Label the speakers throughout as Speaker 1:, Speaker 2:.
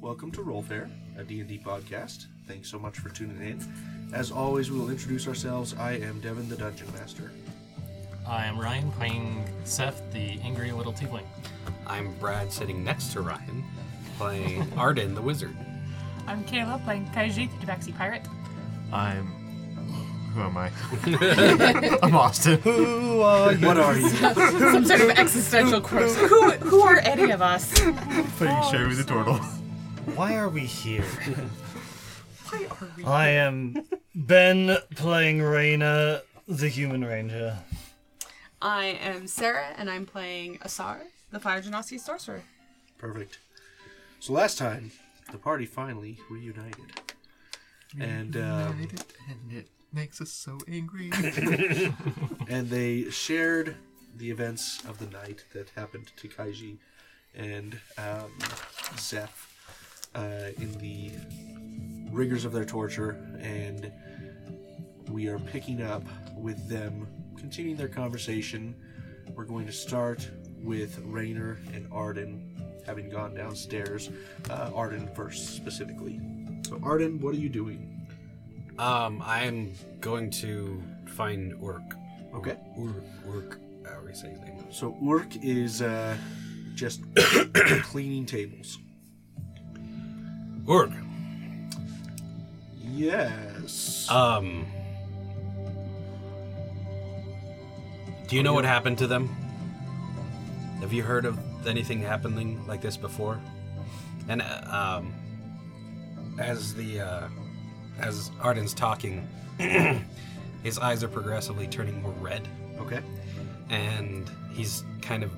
Speaker 1: welcome to Rollfair, a D&D podcast. Thanks so much for tuning in. As always, we will introduce ourselves. I am Devin, the Dungeon Master.
Speaker 2: I am Ryan playing Seth, the angry little tiefling.
Speaker 3: I'm Brad sitting next to Ryan playing Arden the Wizard.
Speaker 4: I'm Kayla playing Kaiji, the Tabaxi pirate.
Speaker 5: I'm. Who am I? I'm Austin. Who are you?
Speaker 1: What are you?
Speaker 4: Some sort of existential crisis. Who, who are any of us?
Speaker 5: Playing Sherry the Turtle.
Speaker 6: Why are we here? Why are we I am Ben playing Raina, the human ranger.
Speaker 7: I am Sarah, and I'm playing Asar, the Fire Genasi Sorcerer.
Speaker 1: Perfect. So last time, the party finally reunited. And um,
Speaker 8: and it makes us so angry.
Speaker 1: and they shared the events of the night that happened to Kaiji and um, Zeph uh, in the rigors of their torture, and we are picking up with them continuing their conversation. We're going to start with Rainer and Arden having gone downstairs. Uh, Arden first, specifically. So, Arden, what are you doing?
Speaker 3: Um, I'm going to find Orc.
Speaker 1: Okay.
Speaker 3: Orc. Orc. How do we say his name?
Speaker 1: So Orc is uh, just cleaning tables.
Speaker 3: Orc.
Speaker 1: Yes.
Speaker 3: Um. Do you know what happened to them? Have you heard of anything happening like this before? And uh, um, as the uh, as Arden's talking, his eyes are progressively turning more red.
Speaker 1: okay.
Speaker 3: and he's kind of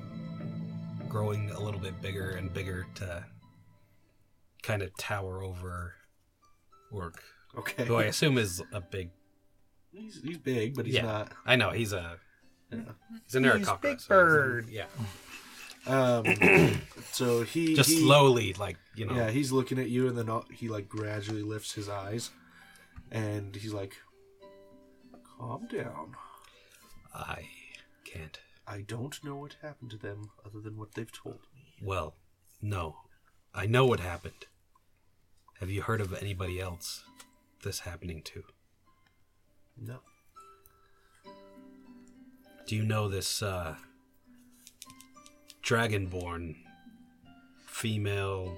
Speaker 3: growing a little bit bigger and bigger to kind of tower over Orc,
Speaker 1: Okay.
Speaker 3: who I assume is a big.
Speaker 1: He's, he's big, but he's
Speaker 3: yeah,
Speaker 1: not.
Speaker 3: I know he's a he's a
Speaker 6: He's
Speaker 3: neurococca.
Speaker 6: Big
Speaker 3: so
Speaker 6: Bird.
Speaker 3: yeah,
Speaker 1: Um, so he
Speaker 3: just
Speaker 1: he-
Speaker 3: slowly, like you know.
Speaker 1: Yeah, he's looking at you, and then all- he like gradually lifts his eyes, and he's like, "Calm down.
Speaker 3: I can't.
Speaker 1: I don't know what happened to them, other than what they've told me.
Speaker 3: Well, no, I know what happened. Have you heard of anybody else this happening to?
Speaker 1: No.
Speaker 3: Do you know this uh, dragonborn female?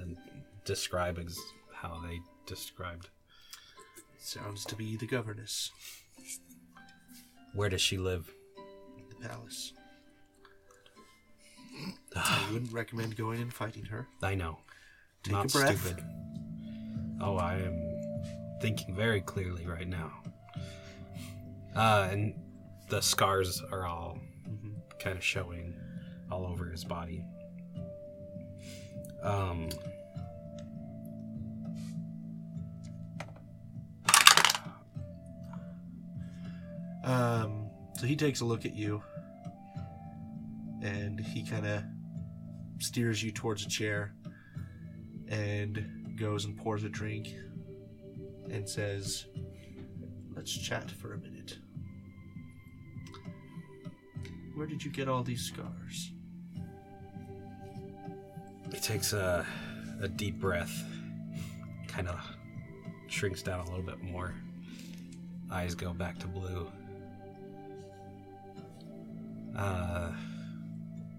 Speaker 3: And describe ex- how they described.
Speaker 1: Sounds to be the governess,
Speaker 3: Where does she live?
Speaker 1: at the palace. I wouldn't recommend going and fighting her.
Speaker 3: I know.
Speaker 1: Take
Speaker 3: not
Speaker 1: a breath.
Speaker 3: stupid. Oh, I am thinking very clearly right now. Uh, and the scars are all
Speaker 1: Mm-hmm.
Speaker 3: kind of showing all over his body. Um.
Speaker 1: Um, so he takes a look at you, and he kind of steers you towards a chair, and goes and pours a drink, and says, "Let's chat for a minute. Where did you get all these scars?"
Speaker 3: He takes a, a deep breath, kind of shrinks down a little bit more. Eyes go back to blue. Uh,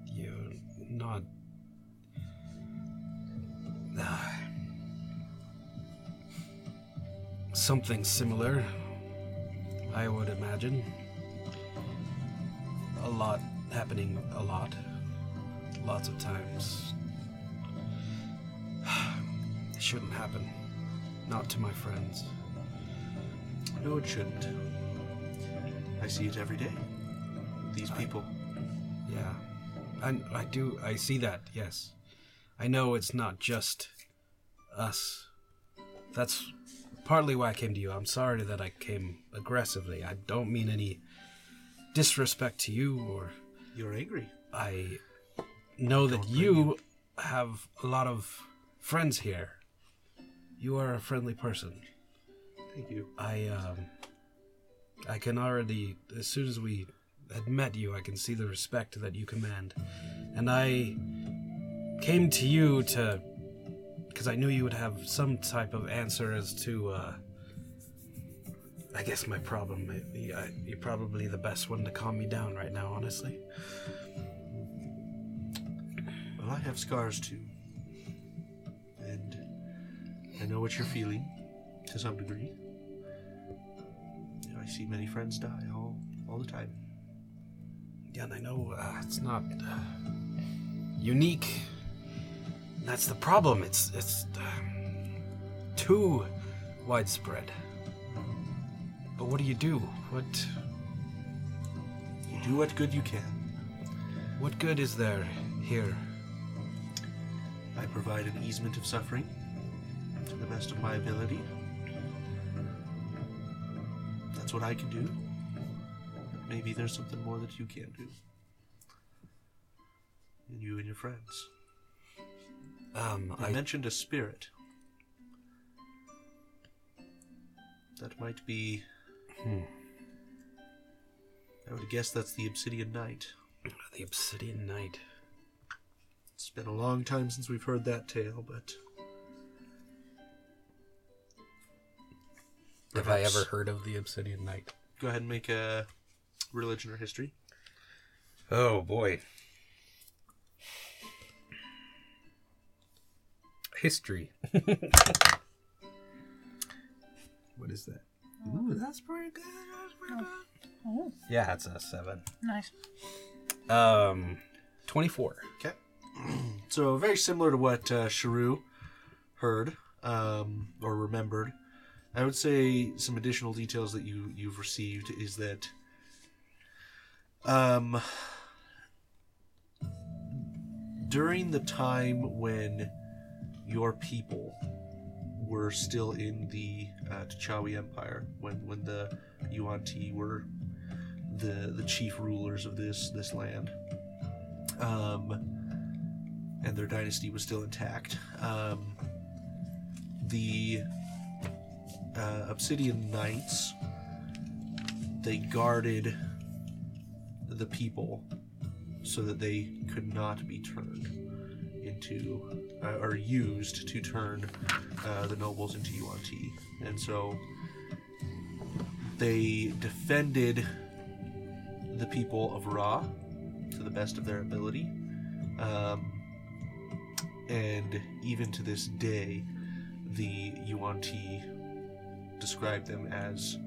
Speaker 3: you not. Ah. something similar, I would imagine. A lot happening, a lot. Lots of times. It shouldn't happen. Not to my friends.
Speaker 1: No, it shouldn't. I see it every day. These people.
Speaker 3: Yeah. And I do, I see that, yes. I know it's not just us. That's partly why I came to you. I'm sorry that I came aggressively. I don't mean any disrespect to you or
Speaker 1: You're angry.
Speaker 3: I know that you have a lot of friends here. You are a friendly person.
Speaker 1: Thank you.
Speaker 3: I um I can already as soon as we had met you I can see the respect that you command. And I came to you to because I knew you would have some type of answer as to, uh, I guess my problem. You- I- You're probably the best one to calm me down right now, honestly.
Speaker 1: Well, I have scars too. And I know what you're feeling to some degree. I see many friends die all, all the time.
Speaker 3: Yeah, and I know uh, it's not uh, unique. That's the problem. It's it's uh, too widespread. But what do you do? What
Speaker 1: You do what good you can.
Speaker 3: what good is there here?
Speaker 1: I provide an easement of suffering to the best of my ability. That's what I can do. Maybe there's something more that you can do. And you and your friends.
Speaker 3: Um,
Speaker 1: I
Speaker 3: I
Speaker 1: mentioned a spirit. That might be.
Speaker 3: Hmm.
Speaker 1: I would guess that's the Obsidian Knight.
Speaker 3: the Obsidian Knight.
Speaker 1: It's been a long time since we've heard that tale, but
Speaker 3: Have I
Speaker 1: Perhaps.
Speaker 3: ever heard of the Obsidian Knight?
Speaker 1: go ahead and make a religion or history.
Speaker 3: Oh boy. History.
Speaker 5: What is that? Ooh, that's pretty good. That's pretty good.
Speaker 3: Yeah, it's a seven.
Speaker 4: Nice.
Speaker 3: Um, twenty-four.
Speaker 1: Okay. so very similar to what uh, Sharu heard um, or remembered. I would say some additional details that you you've received is that um, during the time when your people were still in the uh, T'Chawi Empire, when when the Yuan Ti were the the chief rulers of this this land, um, and their dynasty was still intact. Um, the uh, Obsidian Knights they guarded the people so that they could not be turned into uh, or used to turn uh, the nobles into UNT, and so they defended the people of Ra to the best of their ability. Um, and even to this day, the Yuan Ti describe them as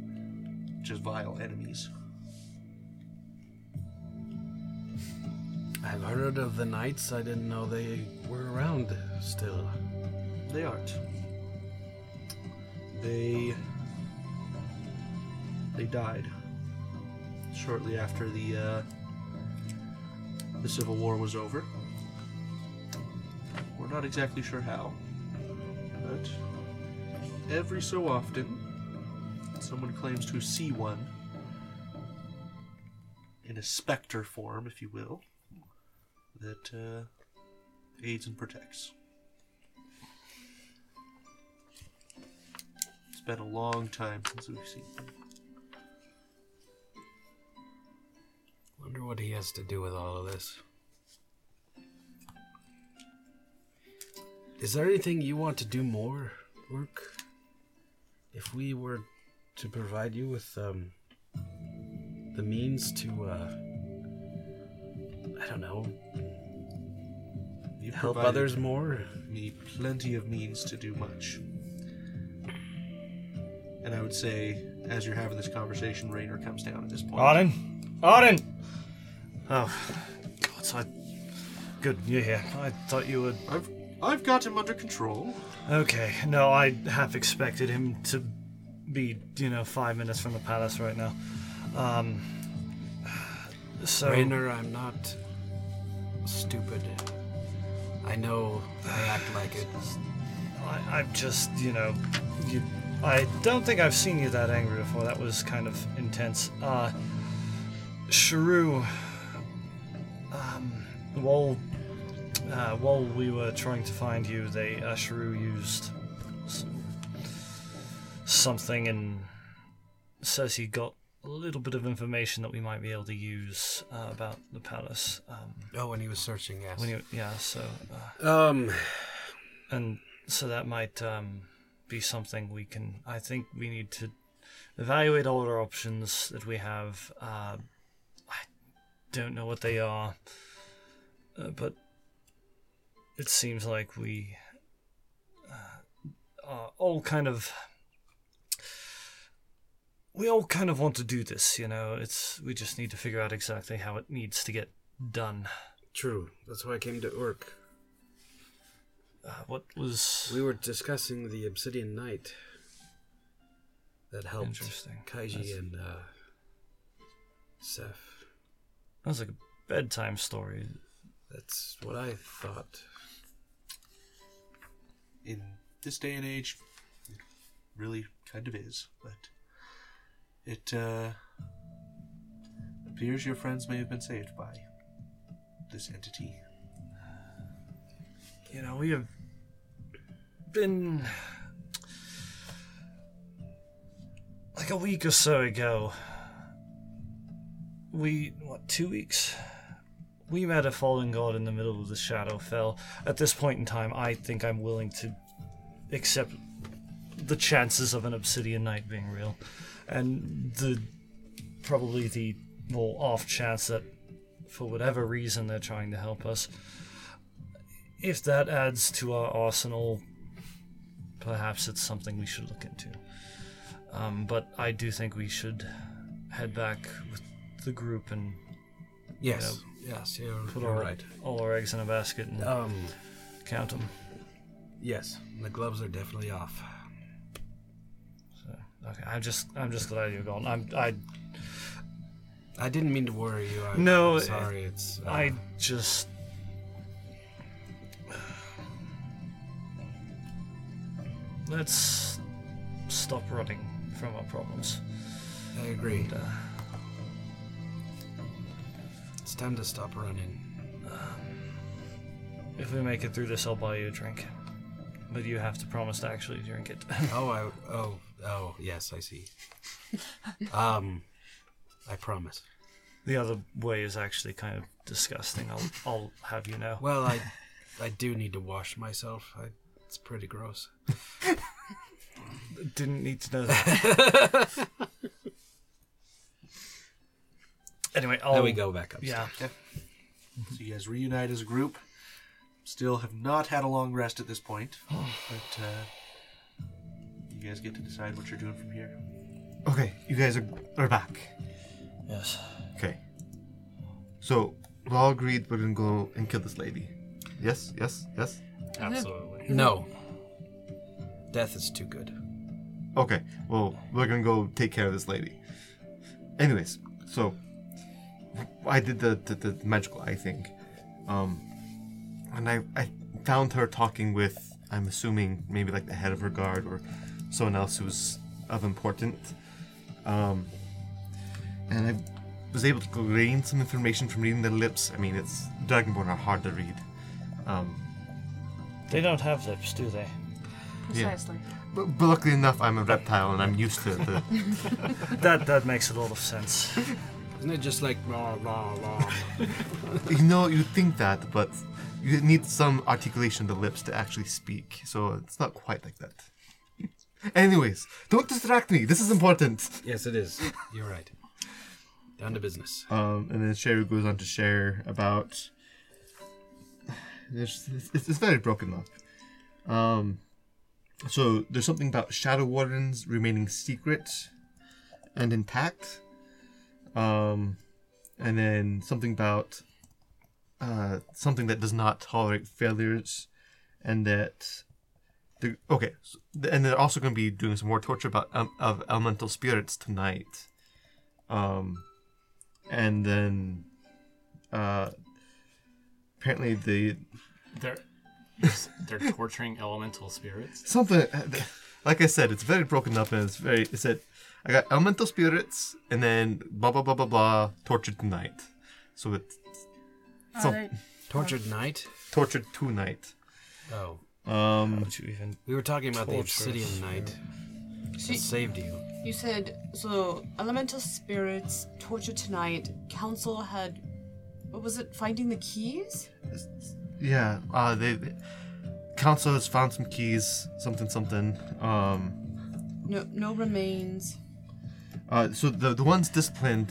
Speaker 1: just vile enemies.
Speaker 3: I've heard of the knights. I didn't know they were around still.
Speaker 1: They aren't. They they died shortly after the uh, the Civil War was over. We're not exactly sure how, but every so often, someone claims to see one in a specter form, if you will, that uh, aids and protects. It's been a long time since we've seen them.
Speaker 3: Wonder what he has to do with all of this. Is there anything you want to do more, Luke? If we were to provide you with um, the means to, uh, I don't know,
Speaker 1: You've
Speaker 3: help
Speaker 1: provided
Speaker 3: others more.
Speaker 1: me plenty of means to do much. And I would say, as you're having this conversation, Rainer comes down at this point.
Speaker 6: Arden? Arden! Oh, God, I. Good, you're here. I thought you would.
Speaker 1: I've I've got him under control.
Speaker 6: Okay, no, I half expected him to be, you know, five minutes from the palace right now. Um. So.
Speaker 3: Rainer, I'm not stupid. I know I act like it.
Speaker 6: I, I've just, you know, you, I don't think I've seen you that angry before. That was kind of intense. Uh, Shrew, um, while, uh, while we were trying to find you, they, uh, Shrew used s- something and says he got a little bit of information that we might be able to use uh, about the palace. Um,
Speaker 3: Oh, when he was searching, yes.
Speaker 6: when you, yeah, so, uh,
Speaker 3: um,
Speaker 6: and So that might um, be something we can. I think we need to evaluate all our options that we have. Uh, I don't know what they are, uh, but it seems like we uh, are all kind of. We all kind of want to do this, you know. It's we just need to figure out exactly how it needs to get done.
Speaker 3: True. That's why I came to Urk.
Speaker 6: Uh, what was
Speaker 3: We were discussing the Obsidian Knight that helped
Speaker 6: Interesting.
Speaker 3: Kaiji
Speaker 6: That's-
Speaker 3: and uh, Seth.
Speaker 6: That's like a bedtime story.
Speaker 3: That's what I thought.
Speaker 1: in this day and age, it really kind of is. But it uh, appears your friends may have been saved by this entity.
Speaker 6: You know, we have been like a week or so ago. We what two weeks? We met a fallen god in the middle of the Shadowfell. At this point in time, I think I'm willing to accept the chances of an Obsidian Knight being real, and the probably the more off chance that, for whatever reason, they're trying to help us if that adds to our arsenal, perhaps it's something we should look into. Um, but I do think we should head back with the group and
Speaker 3: Yes. Yes, you're,
Speaker 6: put
Speaker 3: you're
Speaker 6: our,
Speaker 3: right.
Speaker 6: all our eggs in a basket and
Speaker 3: Um,
Speaker 6: count them.
Speaker 3: yes, the gloves are definitely off.
Speaker 6: Okay, I'm just I'm just glad you're gone. I'm I
Speaker 3: I didn't mean to worry you. I'm
Speaker 6: No,
Speaker 3: I'm sorry. It's uh,
Speaker 6: I just let's stop running from our problems.
Speaker 3: I agree.
Speaker 6: And, uh,
Speaker 3: It's time to stop running.
Speaker 6: If we make it through this, I'll buy you a drink. But you have to promise to actually drink it.
Speaker 3: Oh, I oh oh yes, I see. um, I promise.
Speaker 6: the other way is actually kind of disgusting. I'll, I'll have you know.
Speaker 3: Well, I I do need to wash myself. I, it's pretty gross.
Speaker 6: Didn't need to know that. anyway, I'll,
Speaker 3: Now we go back up.
Speaker 6: Yeah.
Speaker 1: So you guys reunite as a group. Still have not had a long rest at this point, but uh, you guys get to decide what you're doing from here.
Speaker 5: Okay, you guys are, are back.
Speaker 6: Yes.
Speaker 5: Okay. So, we all agreed we're gonna go and kill this lady. Yes, yes, yes.
Speaker 2: Absolutely.
Speaker 3: No. Death is too good.
Speaker 5: Okay, well, we're gonna go take care of this lady. Anyways, so I did the, the, the magical eye thing. Um, and I, I found her talking with, I'm assuming, maybe like the head of her guard or someone else who's of importance. Um, and I was able to glean some information from reading their lips. I mean, it's Dragonborn are hard to read. Um,
Speaker 6: They don't have lips, do they?
Speaker 4: Precisely.
Speaker 5: but, but luckily enough, I'm a reptile and I'm used to the.
Speaker 6: That that makes a lot of sense.
Speaker 3: Isn't it just like rah rah rah?
Speaker 5: You know, you think that, but you need some articulation of the lips to actually speak, so it's not quite like that. Anyways, don't distract me. This is important.
Speaker 3: yes, it is. You're right. Down to business.
Speaker 5: Um, and then Sheru goes on to share about. There's, it's, it's very broken up. Um, so there's something about Shadow Wardens remaining secret and intact. Um, and then something about uh, something that does not tolerate failures, and that. The, okay, so, and they're also going to be doing some more torture about um, of elemental spirits tonight. Um, and then uh, apparently the
Speaker 2: They're they're torturing elemental spirits.
Speaker 5: something like I said, it's very broken up and it's very it said I got elemental spirits and then blah blah blah blah blah tortured tonight, so it's
Speaker 4: Are
Speaker 5: some-
Speaker 4: they-
Speaker 3: Tortured night.
Speaker 5: tortured tonight.
Speaker 3: Oh,
Speaker 5: Um,
Speaker 6: Would Mm, you even?
Speaker 3: we were talking about the
Speaker 6: Torturous.
Speaker 3: obsidian knight.
Speaker 4: She-
Speaker 3: She saved you.
Speaker 4: You said so. Elemental spirits torture tonight. Council had. What was it? Finding the keys.
Speaker 5: yeah, uh, they, they council has found some keys, something, something. Um,
Speaker 4: No, no remains.
Speaker 5: uh, so the the ones disciplined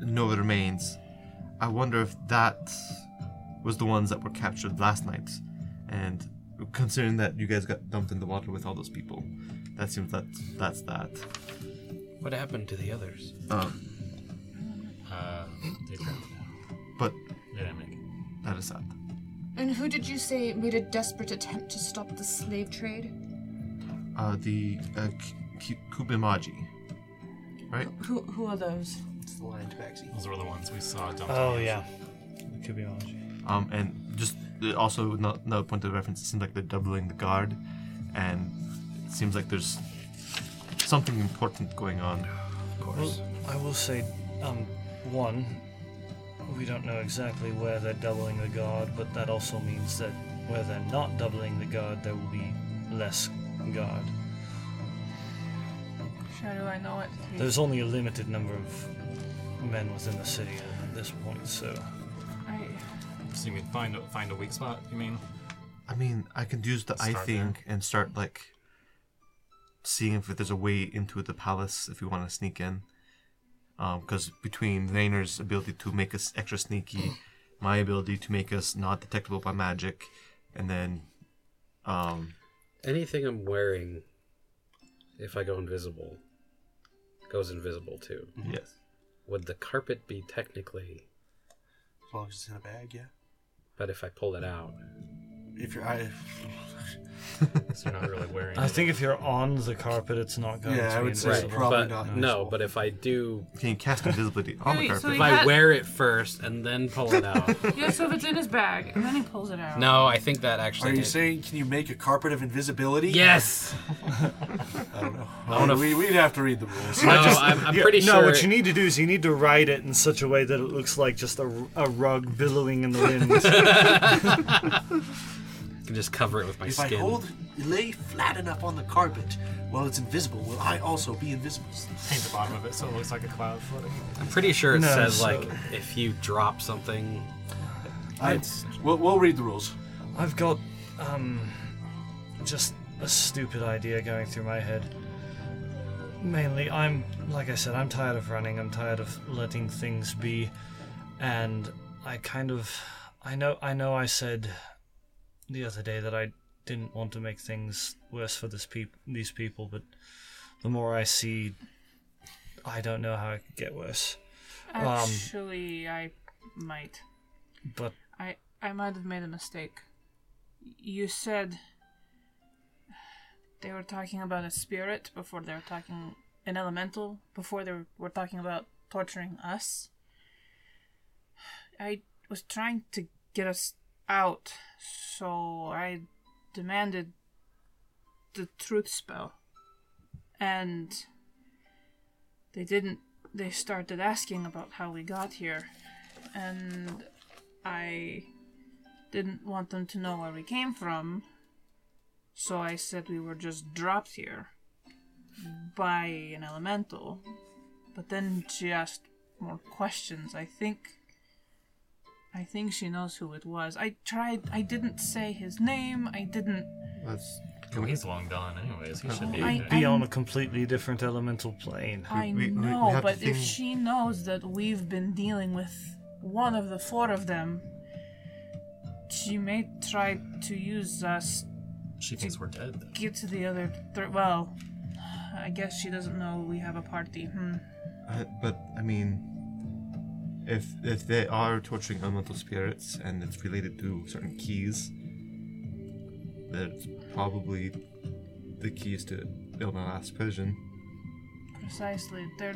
Speaker 5: know it remains. I wonder if that was the ones that were captured last night, and considering that you guys got dumped in the water with all those people, that seems that that's that.
Speaker 3: What happened to the others?
Speaker 5: Um,
Speaker 2: Uh, they dropped it.
Speaker 5: but
Speaker 2: They didn't make it.
Speaker 5: that is sad.
Speaker 4: And who did you say made a desperate attempt to stop the slave trade?
Speaker 5: Uh, the uh, K- K- Kubimaji, right?
Speaker 4: Who, who are those?
Speaker 1: It's the lion taxi.
Speaker 2: Those were the ones we saw dumped.
Speaker 6: Oh yeah, it could be Manji.
Speaker 5: Um, and just uh, also ano- another point of reference, it seems like they're doubling the guard, and it seems like there's something important going on.
Speaker 3: Of course.
Speaker 6: Well, I will say, um, one, we don't know exactly where they're doubling the guard, but that also means that where they're not doubling the guard, there will be less guard.
Speaker 7: Shadow, I know it.
Speaker 6: There's only a limited number of men within the city at this point, so
Speaker 7: I,
Speaker 2: So you mean find a, find a weak spot? You mean?
Speaker 5: I mean, I could use the I
Speaker 2: Start there.
Speaker 5: thing and start like seeing if there's a way into the palace if you want to sneak in. Because between Vayner's ability to make us extra sneaky, my ability to make us not detectable by magic, and then um,
Speaker 3: Anything I'm wearing, if I go invisible, goes invisible too.
Speaker 5: yes,
Speaker 3: Would the carpet be technically?
Speaker 1: As long as it's in a bag, yeah.
Speaker 3: But if I pull it out,
Speaker 1: If your eye,
Speaker 2: So you're not really wearing.
Speaker 6: I
Speaker 2: it.
Speaker 6: think if you're on the carpet, it's not going
Speaker 1: Yeah,
Speaker 6: to
Speaker 1: I
Speaker 6: be
Speaker 1: would say
Speaker 6: invisible.
Speaker 1: so. probably
Speaker 3: but
Speaker 1: not
Speaker 3: no.
Speaker 1: invisible.
Speaker 3: But if I do,
Speaker 5: can you cast invisibility on the
Speaker 7: Wait, so
Speaker 5: carpet?
Speaker 3: if
Speaker 7: You
Speaker 3: I
Speaker 7: had-
Speaker 3: wear it first and then pull it out.
Speaker 7: yeah, so if it's in his bag and then he pulls it out.
Speaker 3: no, I think that
Speaker 1: are
Speaker 3: actually.
Speaker 1: you
Speaker 3: did-
Speaker 1: saying can you make a carpet of invisibility?
Speaker 3: Yes.
Speaker 1: I don't know.
Speaker 3: wanna-
Speaker 1: we, we'd have to read the rules.
Speaker 3: No, I'm, I'm
Speaker 6: Yeah,
Speaker 3: pretty
Speaker 6: no,
Speaker 3: sure.
Speaker 6: what you need to do is you need to ride it in such a way that it looks like just a, a rug billowing in the wind.
Speaker 3: can just cover it with my
Speaker 1: If
Speaker 3: skin.
Speaker 1: I hold lay flat enough on the carpet while it's invisible, will I also be invisible?
Speaker 2: paint the bottom of it so it looks like a cloud floating.
Speaker 3: I'm pretty sure it
Speaker 6: No,
Speaker 3: says
Speaker 6: so-
Speaker 3: like if you drop something.
Speaker 1: I, we'll, we'll read the rules.
Speaker 6: I've got um, just a stupid idea going through my head. Mainly, I'm like I said, I'm tired of running. I'm tired of letting things be, and I kind of, I know, I know. I said the other day that I didn't want to make things worse for this peop- these people, but the more I see, I don't know how it could get worse.
Speaker 7: Actually, I might.
Speaker 6: But
Speaker 7: I I might have made a mistake. You said they were talking about a spirit before they were talking an elemental before they were talking about torturing us. I was trying to get us out, so I demanded the truth spell. And they didn't they started asking about how we got here and I didn't want them to know where we came from, so I said we were just dropped here by an elemental. But then she asked more questions. I think. I think she knows who it was. I tried. I didn't say his name. I didn't.
Speaker 5: That's
Speaker 2: Well, he's long gone, anyways. He should be.
Speaker 7: I-
Speaker 2: okay.
Speaker 6: be
Speaker 7: I'm-
Speaker 6: on a completely different elemental plane.
Speaker 7: I
Speaker 5: we- we
Speaker 7: know,
Speaker 5: have to
Speaker 7: but if
Speaker 5: think-
Speaker 7: she knows that we've been dealing with one of the four of them, she may try to use us
Speaker 2: She thinks we're dead. Though.
Speaker 7: get to the other. Th- well, I guess she doesn't know we have a party. Hmm.
Speaker 5: Uh, but I mean, if if they are torturing elemental spirits and it's related to certain keys, that's probably the keys to Ilmaras Persian.
Speaker 7: Precisely. They're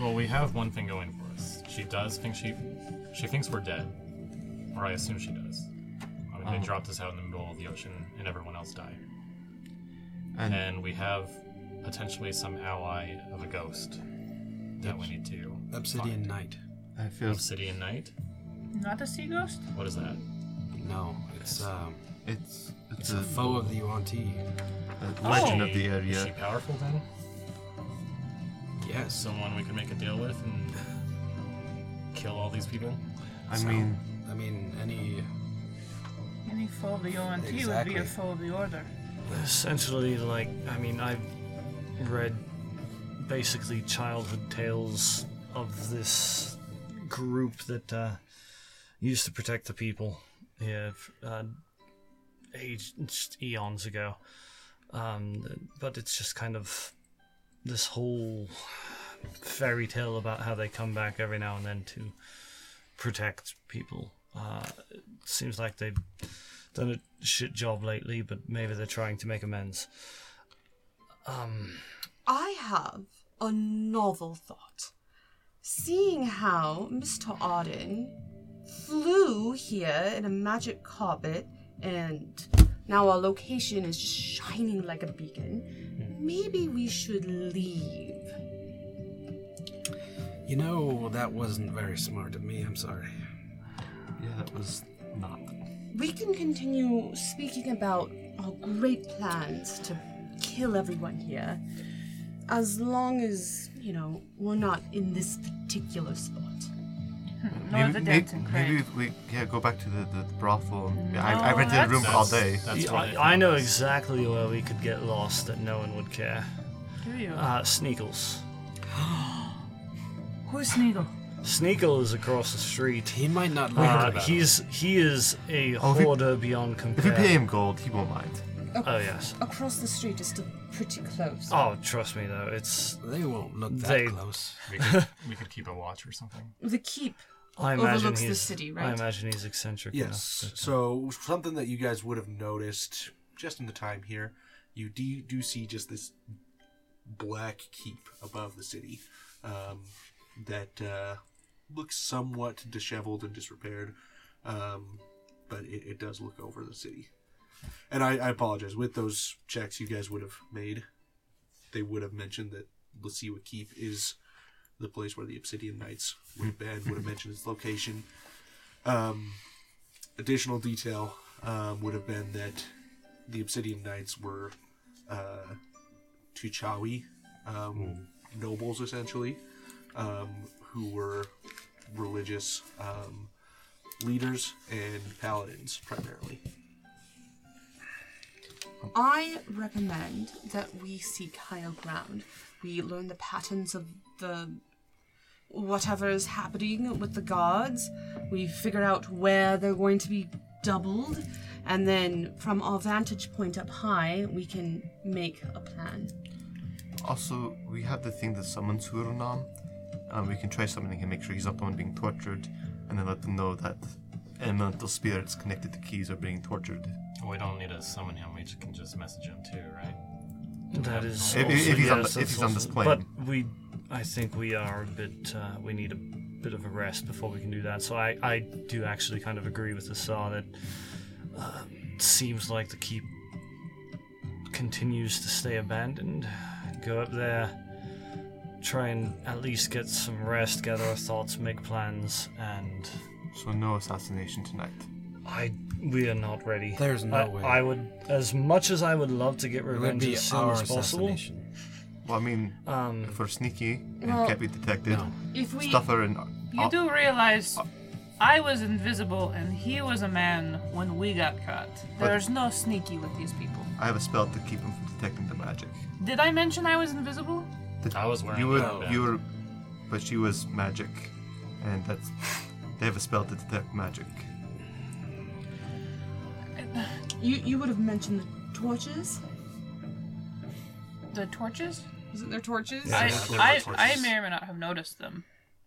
Speaker 2: Well, we have one thing going for us. She does think she, she thinks we're dead, or I assume she does. I mean, they dropped us out in the middle of the ocean, and everyone else died.
Speaker 5: And-
Speaker 2: And, we have potentially some ally of a ghost that we need to.
Speaker 3: Obsidian Knight.
Speaker 5: I feel
Speaker 2: Obsidian Knight.
Speaker 7: not a sea ghost.
Speaker 2: What is that?
Speaker 3: No, it's um,
Speaker 5: it's it's
Speaker 3: it's
Speaker 5: a,
Speaker 3: a foe of the Yuan-Ti.
Speaker 5: a legend of
Speaker 2: She-
Speaker 5: the
Speaker 2: Is she
Speaker 5: area.
Speaker 2: powerful then?
Speaker 3: Yes.
Speaker 2: Someone we can make a deal with and kill all these people.
Speaker 5: I mean,
Speaker 3: I mean, any
Speaker 7: Any foe of the ONT would be
Speaker 3: Exactly.
Speaker 7: a foe of the Order.
Speaker 6: essentially like i mean i've read basically childhood tales of this group that uh, used to protect the people here f- uh, age, just eons ago um, but it's just kind of this whole fairy tale about how they come back every now and then to protect people uh, it seems like they've done a shit job lately, but maybe they're trying to make amends. Um,
Speaker 4: I have a novel thought. Seeing how Mr. Arden flew here in a magic carpet and now our location is just shining like a beacon, maybe we should leave.
Speaker 3: You know, that wasn't very smart of me. I'm sorry.
Speaker 2: Yeah, that was not.
Speaker 4: We can continue speaking about our great plans to kill everyone here as long as, you know, we're not in this particular spot.
Speaker 7: No
Speaker 8: maybe,
Speaker 7: other
Speaker 8: may-
Speaker 7: dancing
Speaker 8: maybe
Speaker 7: crane.
Speaker 8: if we yeah go back to the, the brothel. and- Yeah, I, I rented a room
Speaker 7: that's-
Speaker 8: all day.
Speaker 2: That's what it
Speaker 6: I, I know
Speaker 2: was.
Speaker 6: exactly where we could get lost that no one would care.
Speaker 7: Do you?
Speaker 6: Uh, Sneakles.
Speaker 7: Who's Sneagle?
Speaker 6: Sneakle is across the street.
Speaker 3: He might not like
Speaker 6: Uh,
Speaker 3: about
Speaker 6: he's he is a
Speaker 8: Oh, if you-
Speaker 6: hoarder beyond
Speaker 8: If
Speaker 6: compare.
Speaker 8: you pay him gold, he won't mind.
Speaker 6: Oh yes.
Speaker 4: Across the street is still pretty close.
Speaker 6: Oh, trust me though, it's
Speaker 3: it. They won't look that
Speaker 6: They-
Speaker 3: close.
Speaker 2: We could, we could keep a watch or something.
Speaker 4: The keep.
Speaker 6: I imagine
Speaker 4: Overlooks the
Speaker 6: he's
Speaker 4: city,
Speaker 6: I
Speaker 4: right?
Speaker 6: imagine he's eccentric.
Speaker 1: Yes.
Speaker 6: enough
Speaker 1: So something that you guys would have noticed just in the time here, you do, do see just this black keep above the city um, that uh, looks somewhat disheveled and disrepaired, um, but it, it does look over the city. And I, I apologize. With those checks you guys would have made, they would have mentioned that Lasiwa Keep is the place where the Obsidian Knights would have been, would have mentioned its location. Um, additional detail um, would have been that the Obsidian Knights were uh, Tuchawi um,
Speaker 3: Hmm.
Speaker 1: nobles, essentially, um, who were religious um, leaders and paladins primarily.
Speaker 4: I recommend that we seek higher ground. We learn the patterns of the whatever is happening with the guards. We figure out where they're going to be doubled, and then from our vantage point up high, we can make a plan.
Speaker 8: Also, we have the thing that summons Huronom. Um, we can try summoning him, make sure he's not the one being tortured, and then let them know that elemental spirits connected to keys are being tortured.
Speaker 2: We don't need to summon him. We ju- can just message him too, right?
Speaker 6: That is.
Speaker 8: If- if-
Speaker 6: also-
Speaker 8: if he's on
Speaker 6: yes,
Speaker 8: the- if
Speaker 6: that's
Speaker 8: he's on this
Speaker 6: also-
Speaker 8: plane.
Speaker 6: But we, I think we are a bit. Uh, we need a bit of a rest before we can do that. So I, I do actually kind of agree with Asar that uh, it seems like the keep continues to stay abandoned. Go up there, try and at least get some rest, gather our thoughts, make plans, and
Speaker 8: So no assassination tonight.
Speaker 6: I. We are not ready.
Speaker 3: There's no
Speaker 6: I,
Speaker 3: way.
Speaker 6: I would, as much as I would love to get
Speaker 3: It would
Speaker 6: revenge
Speaker 3: be
Speaker 6: as soon
Speaker 3: our
Speaker 6: as possible.
Speaker 3: assassination.
Speaker 8: Well, I mean,
Speaker 6: Um,
Speaker 8: if we're sneaky and
Speaker 4: Well,
Speaker 8: can't be detected,
Speaker 3: no.
Speaker 4: If we
Speaker 8: stuffer and
Speaker 7: You do realize I was invisible and he was a man when we got caught.
Speaker 8: But-
Speaker 7: There's no sneaky with these people.
Speaker 8: I have a spell to keep him from detecting the magic.
Speaker 7: Did I mention I was invisible?
Speaker 8: The-
Speaker 2: I was wearing
Speaker 8: you were,
Speaker 2: that then.
Speaker 8: you were, but she was magic, and that's they have a spell to detect magic.
Speaker 4: you you would have mentioned the torches.
Speaker 7: The torches?
Speaker 4: Wasn't there torches?
Speaker 2: Yeah. there were
Speaker 7: I, I, I
Speaker 2: torches.
Speaker 7: may or may not have noticed them.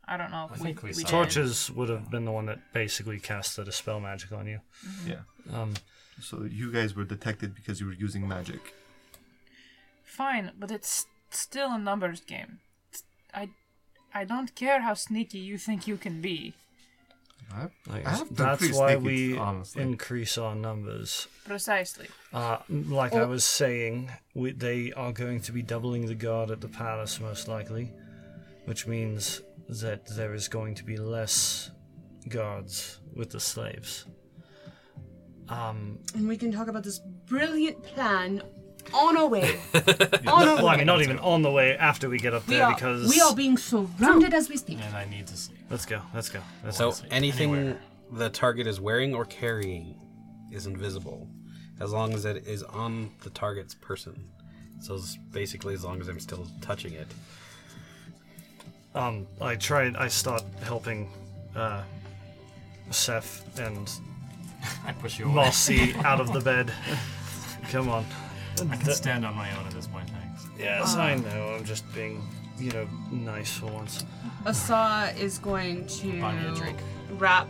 Speaker 7: I don't know if
Speaker 2: I
Speaker 7: we,
Speaker 2: think we
Speaker 7: we
Speaker 2: saw
Speaker 7: did.
Speaker 2: them.
Speaker 6: Torches would have been the one that basically cast the dispel magic on you.
Speaker 8: Yeah.
Speaker 6: Um,
Speaker 8: So you guys were detected because you were using magic.
Speaker 7: Fine, but it's still a numbers game. It's- I, I don't care how sneaky you think you can be,
Speaker 8: I,
Speaker 6: like,
Speaker 8: I have been
Speaker 6: that's
Speaker 8: pretty
Speaker 6: why
Speaker 8: sneaky,
Speaker 6: we
Speaker 8: honestly.
Speaker 6: increase our numbers.
Speaker 7: precisely.
Speaker 6: Uh, like I was saying, we, they are going to be doubling the guard at the palace most likely, which means that there is going to be less guards with the slaves. Um,
Speaker 4: And we can talk about this brilliant plan on our way. on our
Speaker 6: well, I
Speaker 4: way.
Speaker 6: mean, not even on the way after we get up
Speaker 4: we
Speaker 6: there
Speaker 4: are,
Speaker 6: because
Speaker 4: we are being surrounded as we speak.
Speaker 2: And I need to sleep.
Speaker 6: Let's go. Let's go. Let's
Speaker 3: So
Speaker 2: Honestly,
Speaker 3: anything
Speaker 2: anywhere.
Speaker 3: the target is wearing or carrying is invisible as long as it is on the target's person. So it's basically, as long as I'm still touching it.
Speaker 6: Um, I try and I start helping uh, Seth and
Speaker 2: I push you away.
Speaker 6: Mossy out of the bed. Come on.
Speaker 2: I can stand on my own at this point, thanks.
Speaker 6: Yes, I know. I'm just being, you know, nice for once.
Speaker 4: Asa is going to
Speaker 2: Buy me a drink.
Speaker 4: wrap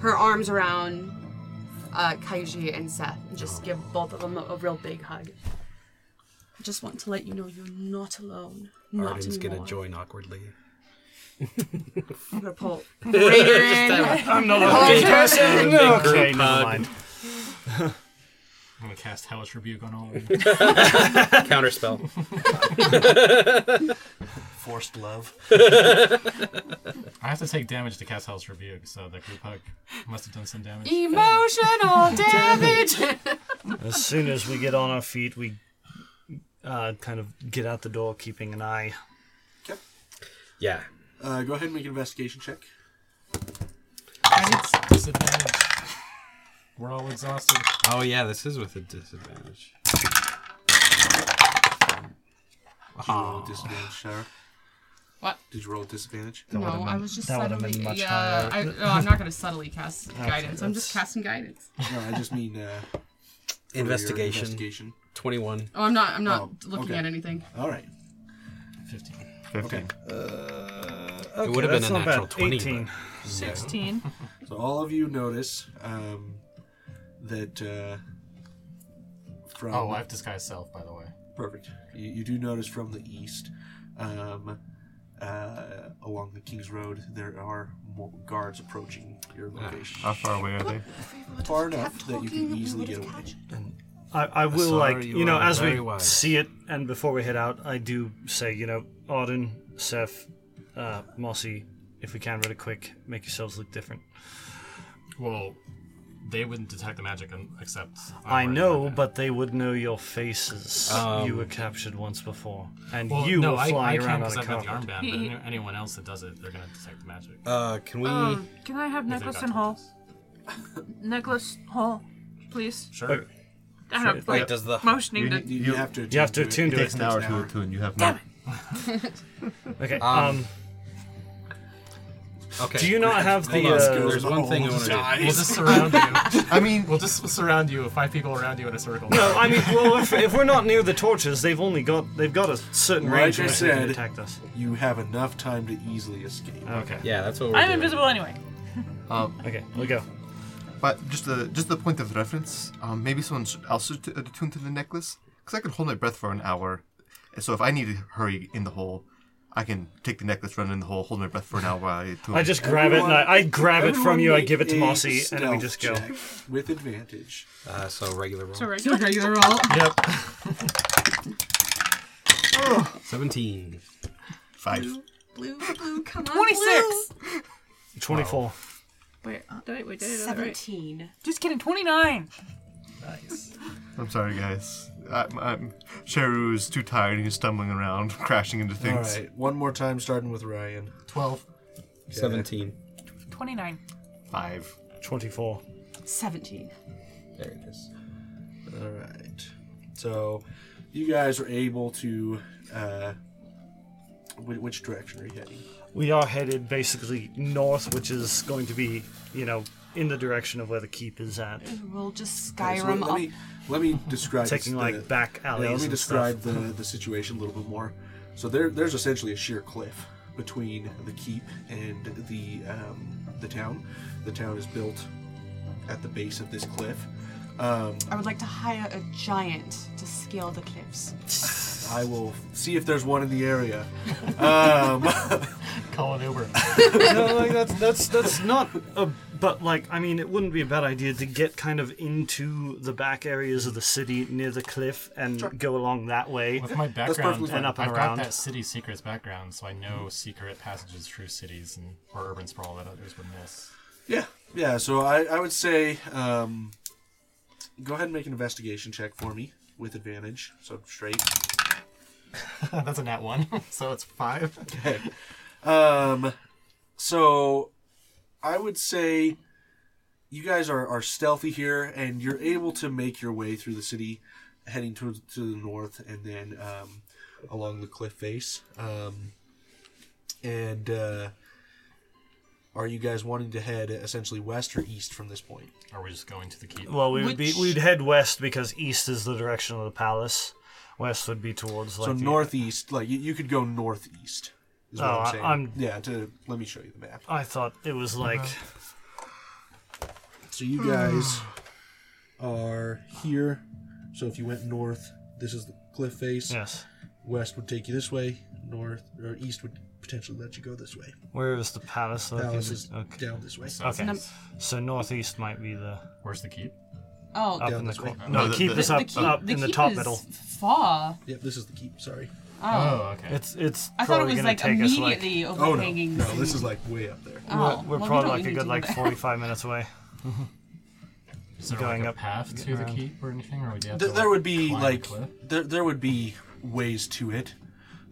Speaker 4: her arms around uh, Kaiji and Seth and just give both of them a, a real big hug. I just want to let you know you're not alone. Not
Speaker 3: Arden's gonna
Speaker 4: anymore.
Speaker 3: join awkwardly.
Speaker 4: I'm gonna pull Raider in.
Speaker 6: I'm not a big person. Okay, never mind.
Speaker 2: I'm gonna cast Hellish Rebuke on all of you.
Speaker 3: Counterspell.
Speaker 1: Forced love.
Speaker 2: I have to take damage to cast Hellish Rebuke, so the group hug must have done some damage.
Speaker 4: Emotional damage.
Speaker 6: As soon as we get on our feet, we uh, kind of get out the door, keeping an eye.
Speaker 3: yeah.
Speaker 1: Uh, go ahead and make an investigation check.
Speaker 2: And it's disadvantage. We're all exhausted.
Speaker 3: Oh yeah, this is with a disadvantage.
Speaker 1: Did you
Speaker 3: Ah.
Speaker 1: roll a disadvantage, Shara?
Speaker 4: What?
Speaker 1: Did you roll a disadvantage?
Speaker 4: No,
Speaker 6: would've
Speaker 4: I
Speaker 6: been-
Speaker 4: was just
Speaker 6: that would've
Speaker 4: subtly.
Speaker 6: been much
Speaker 4: Yeah, I,
Speaker 6: higher.
Speaker 4: no, I'm not gonna subtly cast guidance. I'm just casting guidance.
Speaker 1: No, I just mean uh, for your
Speaker 3: Investigation.
Speaker 1: investigation.
Speaker 3: Twenty-one.
Speaker 4: Oh, I'm not. I'm not
Speaker 1: Oh,
Speaker 4: looking
Speaker 1: okay.
Speaker 4: at anything.
Speaker 1: All right.
Speaker 2: 15.
Speaker 8: 15.
Speaker 6: Okay,
Speaker 3: would've been
Speaker 6: that's
Speaker 3: a
Speaker 6: not
Speaker 3: natural
Speaker 6: bad.
Speaker 3: 20,
Speaker 6: 18.
Speaker 7: 16.
Speaker 1: So all of you notice um, that uh, from
Speaker 2: Oh, I have disguised self, by the way.
Speaker 1: Perfect. You, you do notice from the east, um, uh, along the King's Road, there are more guards approaching your location.
Speaker 8: How far away are they?
Speaker 1: Far enough that you can easily get away.
Speaker 6: I, I will
Speaker 3: Sorry,
Speaker 6: like
Speaker 3: you
Speaker 6: you, know
Speaker 3: are
Speaker 6: as we
Speaker 3: very wise.
Speaker 6: see it and before we head out I do say you know Arden, Seth, uh, Mossy, if we can really quick make yourselves look different.
Speaker 2: Well, they wouldn't detect the magic un- except.
Speaker 6: I
Speaker 2: already
Speaker 6: know,
Speaker 2: had that.
Speaker 6: but they would know your faces. you were captured once before, and
Speaker 2: Um, Well,
Speaker 6: you
Speaker 2: no,
Speaker 6: were
Speaker 2: I, I
Speaker 6: flying
Speaker 2: can
Speaker 6: around on
Speaker 2: because
Speaker 6: a
Speaker 2: I've got the
Speaker 6: carpet.
Speaker 2: armband, but any- anyone else that does it, they're gonna detect the magic.
Speaker 3: Uh, can
Speaker 2: Oh.
Speaker 3: we?
Speaker 7: Um, can I have
Speaker 2: If they've
Speaker 7: necklace
Speaker 2: got
Speaker 7: and Hall?
Speaker 2: torches.
Speaker 7: Necklace, Hall, please.
Speaker 2: Sure.
Speaker 7: I don't
Speaker 3: Wait,
Speaker 7: like
Speaker 3: does the
Speaker 7: motioning
Speaker 8: You-
Speaker 7: to.
Speaker 1: You, have to.
Speaker 6: You have to
Speaker 1: attune
Speaker 6: attune
Speaker 8: It
Speaker 6: to
Speaker 8: takes
Speaker 6: it.
Speaker 8: an hour to attune. You have not.
Speaker 6: Okay.
Speaker 3: Um,
Speaker 6: Um,
Speaker 3: okay?
Speaker 6: do you not have
Speaker 3: Hold
Speaker 6: the?
Speaker 3: on,
Speaker 6: Uh,
Speaker 3: there's one thing I want to do.
Speaker 2: We'll just surround you.
Speaker 8: I mean,
Speaker 2: We'll just surround you, five people around you in a circle.
Speaker 6: no, I mean, well, if, if we're not near the torches, they've only got they've got a certain
Speaker 1: Like
Speaker 6: range
Speaker 1: I
Speaker 6: where they can
Speaker 1: said-
Speaker 6: attack us.
Speaker 1: You have enough time to easily escape.
Speaker 6: Okay.
Speaker 3: Yeah, that's what we're
Speaker 7: I'm
Speaker 3: doing.
Speaker 7: invisible anyway.
Speaker 6: Okay. We go.
Speaker 8: Um, But just the just the point of reference, um, maybe someone should also t- attuned to the necklace, because I can hold my breath for an hour. So if I need to hurry in the hole, I can take the necklace, run in the hole, hold my breath for an hour. While I, attune.
Speaker 6: I just grab it and I, I grab it from you. I give it to Mossy, and then we just go.
Speaker 1: with advantage.
Speaker 3: Uh, so regular roll.
Speaker 7: Sorry.
Speaker 4: Do a regular roll.
Speaker 2: Yep.
Speaker 3: Seventeen.
Speaker 8: five.
Speaker 4: Blue, blue, come on.
Speaker 7: 26!
Speaker 6: Twenty-four.
Speaker 7: Wait, uh, did I, wait, did I do that right?
Speaker 4: Seventeen.
Speaker 7: Just kidding, 29!
Speaker 8: I'm sorry, guys. I'm, I'm Cheru is too tired. He's stumbling around, crashing into
Speaker 1: All
Speaker 8: things.
Speaker 1: right, one more time, starting with Ryan.
Speaker 2: 12.
Speaker 3: Seventeen.
Speaker 7: 29.
Speaker 8: Five.
Speaker 6: Twenty-four.
Speaker 4: Seventeen.
Speaker 3: There it is.
Speaker 1: All right. So, you guys are able to. Uh, whi- which direction are you heading?
Speaker 6: We are headed basically north, which is going to be, you know, in the direction of where the keep is at.
Speaker 4: We'll just
Speaker 1: Okay, so
Speaker 4: Skyrim
Speaker 1: let,
Speaker 4: up.
Speaker 1: me let me describe
Speaker 6: Taking
Speaker 1: the-
Speaker 6: like back alleys.
Speaker 1: Yeah, let me
Speaker 6: and
Speaker 1: describe
Speaker 6: stuff.
Speaker 1: the the situation a little bit more. So there there's essentially a sheer cliff between the keep and the um, the town. The town is built at the base of this cliff. Um,
Speaker 4: I would like to hire a giant to scale the cliffs.
Speaker 1: I will see if there's one in the area. Um,
Speaker 2: Call an Uber.
Speaker 6: no, like that's that's that's not a. But like, I mean, it wouldn't be a bad idea to get kind of into the back areas of the city near the cliff and go along that way.
Speaker 2: With my background,
Speaker 1: perfectly
Speaker 6: fine. And up and
Speaker 2: I've
Speaker 6: around.
Speaker 2: got that city secrets background, so I know secret passages through cities and or urban sprawl that others would miss.
Speaker 1: yeah, yeah. So I I would say um, go ahead and make an investigation check for me with advantage. So straight.
Speaker 2: That's a nat one, so it's five.
Speaker 1: Um, so I would say you guys are, are stealthy here, and you're able to make your way through the city, heading towards to the north, and then um, along the cliff face. Um, and uh, are you guys wanting to head essentially west or east from this point?
Speaker 2: Are we just going to the keep?
Speaker 6: Well, we would be
Speaker 4: Which-
Speaker 6: we'd head west because east is the direction of the palace. West would be towards like
Speaker 1: so
Speaker 6: the-
Speaker 1: northeast, like you, you could go northeast. Is what
Speaker 6: Oh,
Speaker 1: I'm
Speaker 6: I-
Speaker 1: saying.
Speaker 6: I'm-
Speaker 1: Yeah. To let me show you the map.
Speaker 6: I thought it was
Speaker 4: Uh-huh.
Speaker 6: like
Speaker 1: So you guys are here. So if you went north, this is the cliff face.
Speaker 6: yes.
Speaker 1: West would take you this way. North or east would potentially let you go this way.
Speaker 6: Where is the palace? located?
Speaker 1: Palace is
Speaker 6: okay.
Speaker 1: down this way.
Speaker 6: Okay.
Speaker 4: Num-
Speaker 6: so northeast might be the
Speaker 2: Where's the keep?
Speaker 4: Oh,
Speaker 6: up
Speaker 1: Down
Speaker 6: in the
Speaker 1: this way.
Speaker 6: corner. No,
Speaker 8: No, the-
Speaker 6: keep
Speaker 8: the-
Speaker 6: is up
Speaker 4: keep-
Speaker 6: up in the
Speaker 4: keep
Speaker 6: top
Speaker 4: is
Speaker 6: middle.
Speaker 4: Far.
Speaker 1: Yep, this is the keep. Sorry.
Speaker 2: Oh, okay.
Speaker 6: It's it's
Speaker 4: I thought it
Speaker 6: probably
Speaker 4: was
Speaker 6: gonna
Speaker 4: like
Speaker 6: take us like Oh,
Speaker 4: immediately overhanging.
Speaker 1: Oh, no, this is like way up there.
Speaker 4: Oh,
Speaker 6: we're, we're
Speaker 4: well, we
Speaker 6: probably
Speaker 4: don't
Speaker 6: like a
Speaker 4: need
Speaker 6: good
Speaker 4: to
Speaker 6: like
Speaker 4: go there.
Speaker 6: forty five minutes away.
Speaker 2: Is there
Speaker 6: going
Speaker 2: like a
Speaker 6: up,
Speaker 2: path
Speaker 6: getting
Speaker 2: to the
Speaker 6: around.
Speaker 2: keep or anything? Or would you have
Speaker 1: Th-
Speaker 2: to,
Speaker 1: there
Speaker 2: like,
Speaker 1: would be
Speaker 2: climb a
Speaker 1: like
Speaker 2: cliff?
Speaker 1: there there would be ways to it,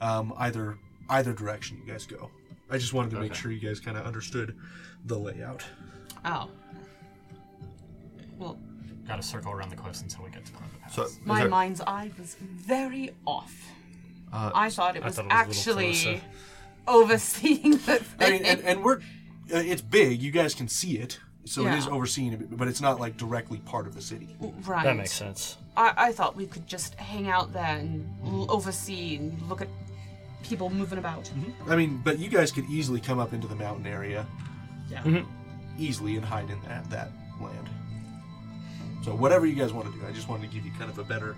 Speaker 1: um, either either direction you guys go. I just wanted to make
Speaker 2: Okay.
Speaker 1: sure you guys kind of understood the layout.
Speaker 4: Oh. Well,
Speaker 2: gotta circle around the cliffs until we get to climb the path.
Speaker 8: So, is
Speaker 4: my
Speaker 8: there-
Speaker 4: mind's eye was very off.
Speaker 8: Uh,
Speaker 4: I thought it was
Speaker 6: thought it was a little
Speaker 4: actually
Speaker 6: closer.
Speaker 4: overseeing the
Speaker 1: I
Speaker 4: thing.
Speaker 1: mean, and, and we're uh, it's big. You guys can see it, so it is
Speaker 4: Yeah.
Speaker 1: overseen, a bit, but it's not like directly part of the city.
Speaker 4: right.
Speaker 6: That makes sense.
Speaker 4: I, I thought we could just hang out there and l- oversee and look at people moving about.
Speaker 1: I mean, but you guys could easily come up into the mountain area,
Speaker 4: Yeah.
Speaker 2: Mm-hmm.
Speaker 1: easily and hide in that that land. So whatever you guys want to do, I just wanted to give you kind of a better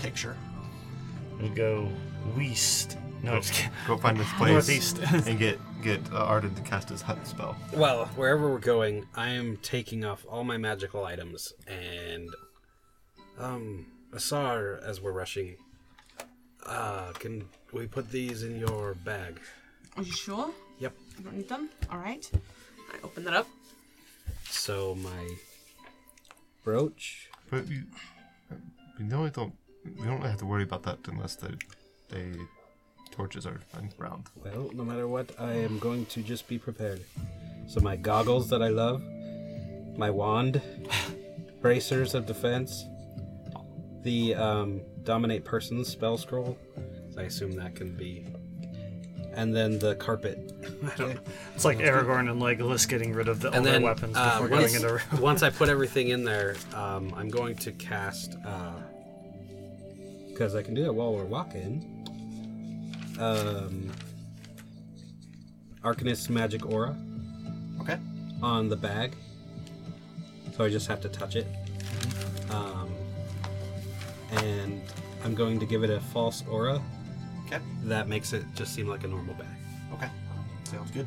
Speaker 1: picture.
Speaker 6: We'll go west. No, I'm just kidding.
Speaker 8: go find this place
Speaker 6: Northeast.
Speaker 8: and get get uh, Arden to cast his hut spell.
Speaker 3: Well, wherever we're going, I am taking off all my magical items and um Asar as we're rushing. Uh can we put these in your bag?
Speaker 4: Are you sure?
Speaker 3: Yep.
Speaker 4: You don't need them? All right. I open that up.
Speaker 3: So my brooch.
Speaker 8: But we, we know we don't we don't have to worry about that unless the they torches are around.
Speaker 3: Well, no matter what, I am going to just be prepared. So my goggles that I love, my wand, bracers of defense, the um, dominate persons spell scroll. I assume that can be, and then the carpet.
Speaker 6: It's like Aragorn and Legolas getting rid of the, all
Speaker 3: and
Speaker 6: their
Speaker 3: then
Speaker 6: weapons before
Speaker 3: uh,
Speaker 6: going
Speaker 3: once,
Speaker 6: into. a room.
Speaker 3: once I put everything in there, um, I'm going to cast because I can do that while we're walking. Um, Arcanist's magic aura
Speaker 1: Okay.
Speaker 3: on the bag, so I just have to touch it, um, and I'm going to give it a false aura
Speaker 1: Okay.
Speaker 3: that makes it just seem like a normal bag.
Speaker 1: Okay. Sounds good.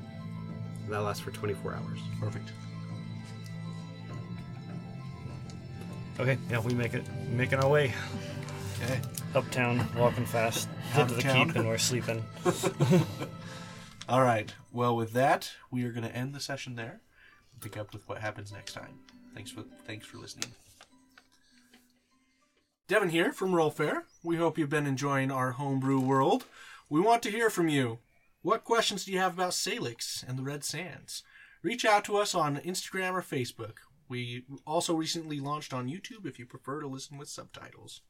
Speaker 3: That lasts for 24 hours.
Speaker 1: Perfect.
Speaker 6: Okay, yeah, we make it making our way
Speaker 1: Okay.
Speaker 6: uptown, walking fast, head to the
Speaker 1: Uptown.
Speaker 6: keep, and we're sleeping.
Speaker 1: All right. Well, with that, we are going to end the session there. Pick up with what happens next time. Thanks for thanks for listening. Devin here from Roll Fair. We hope you've been enjoying our homebrew world. We want to hear from you. What questions do you have about Salix and the Red Sands? Reach out to us on Instagram or Facebook. We also recently launched on YouTube if you prefer to listen with subtitles.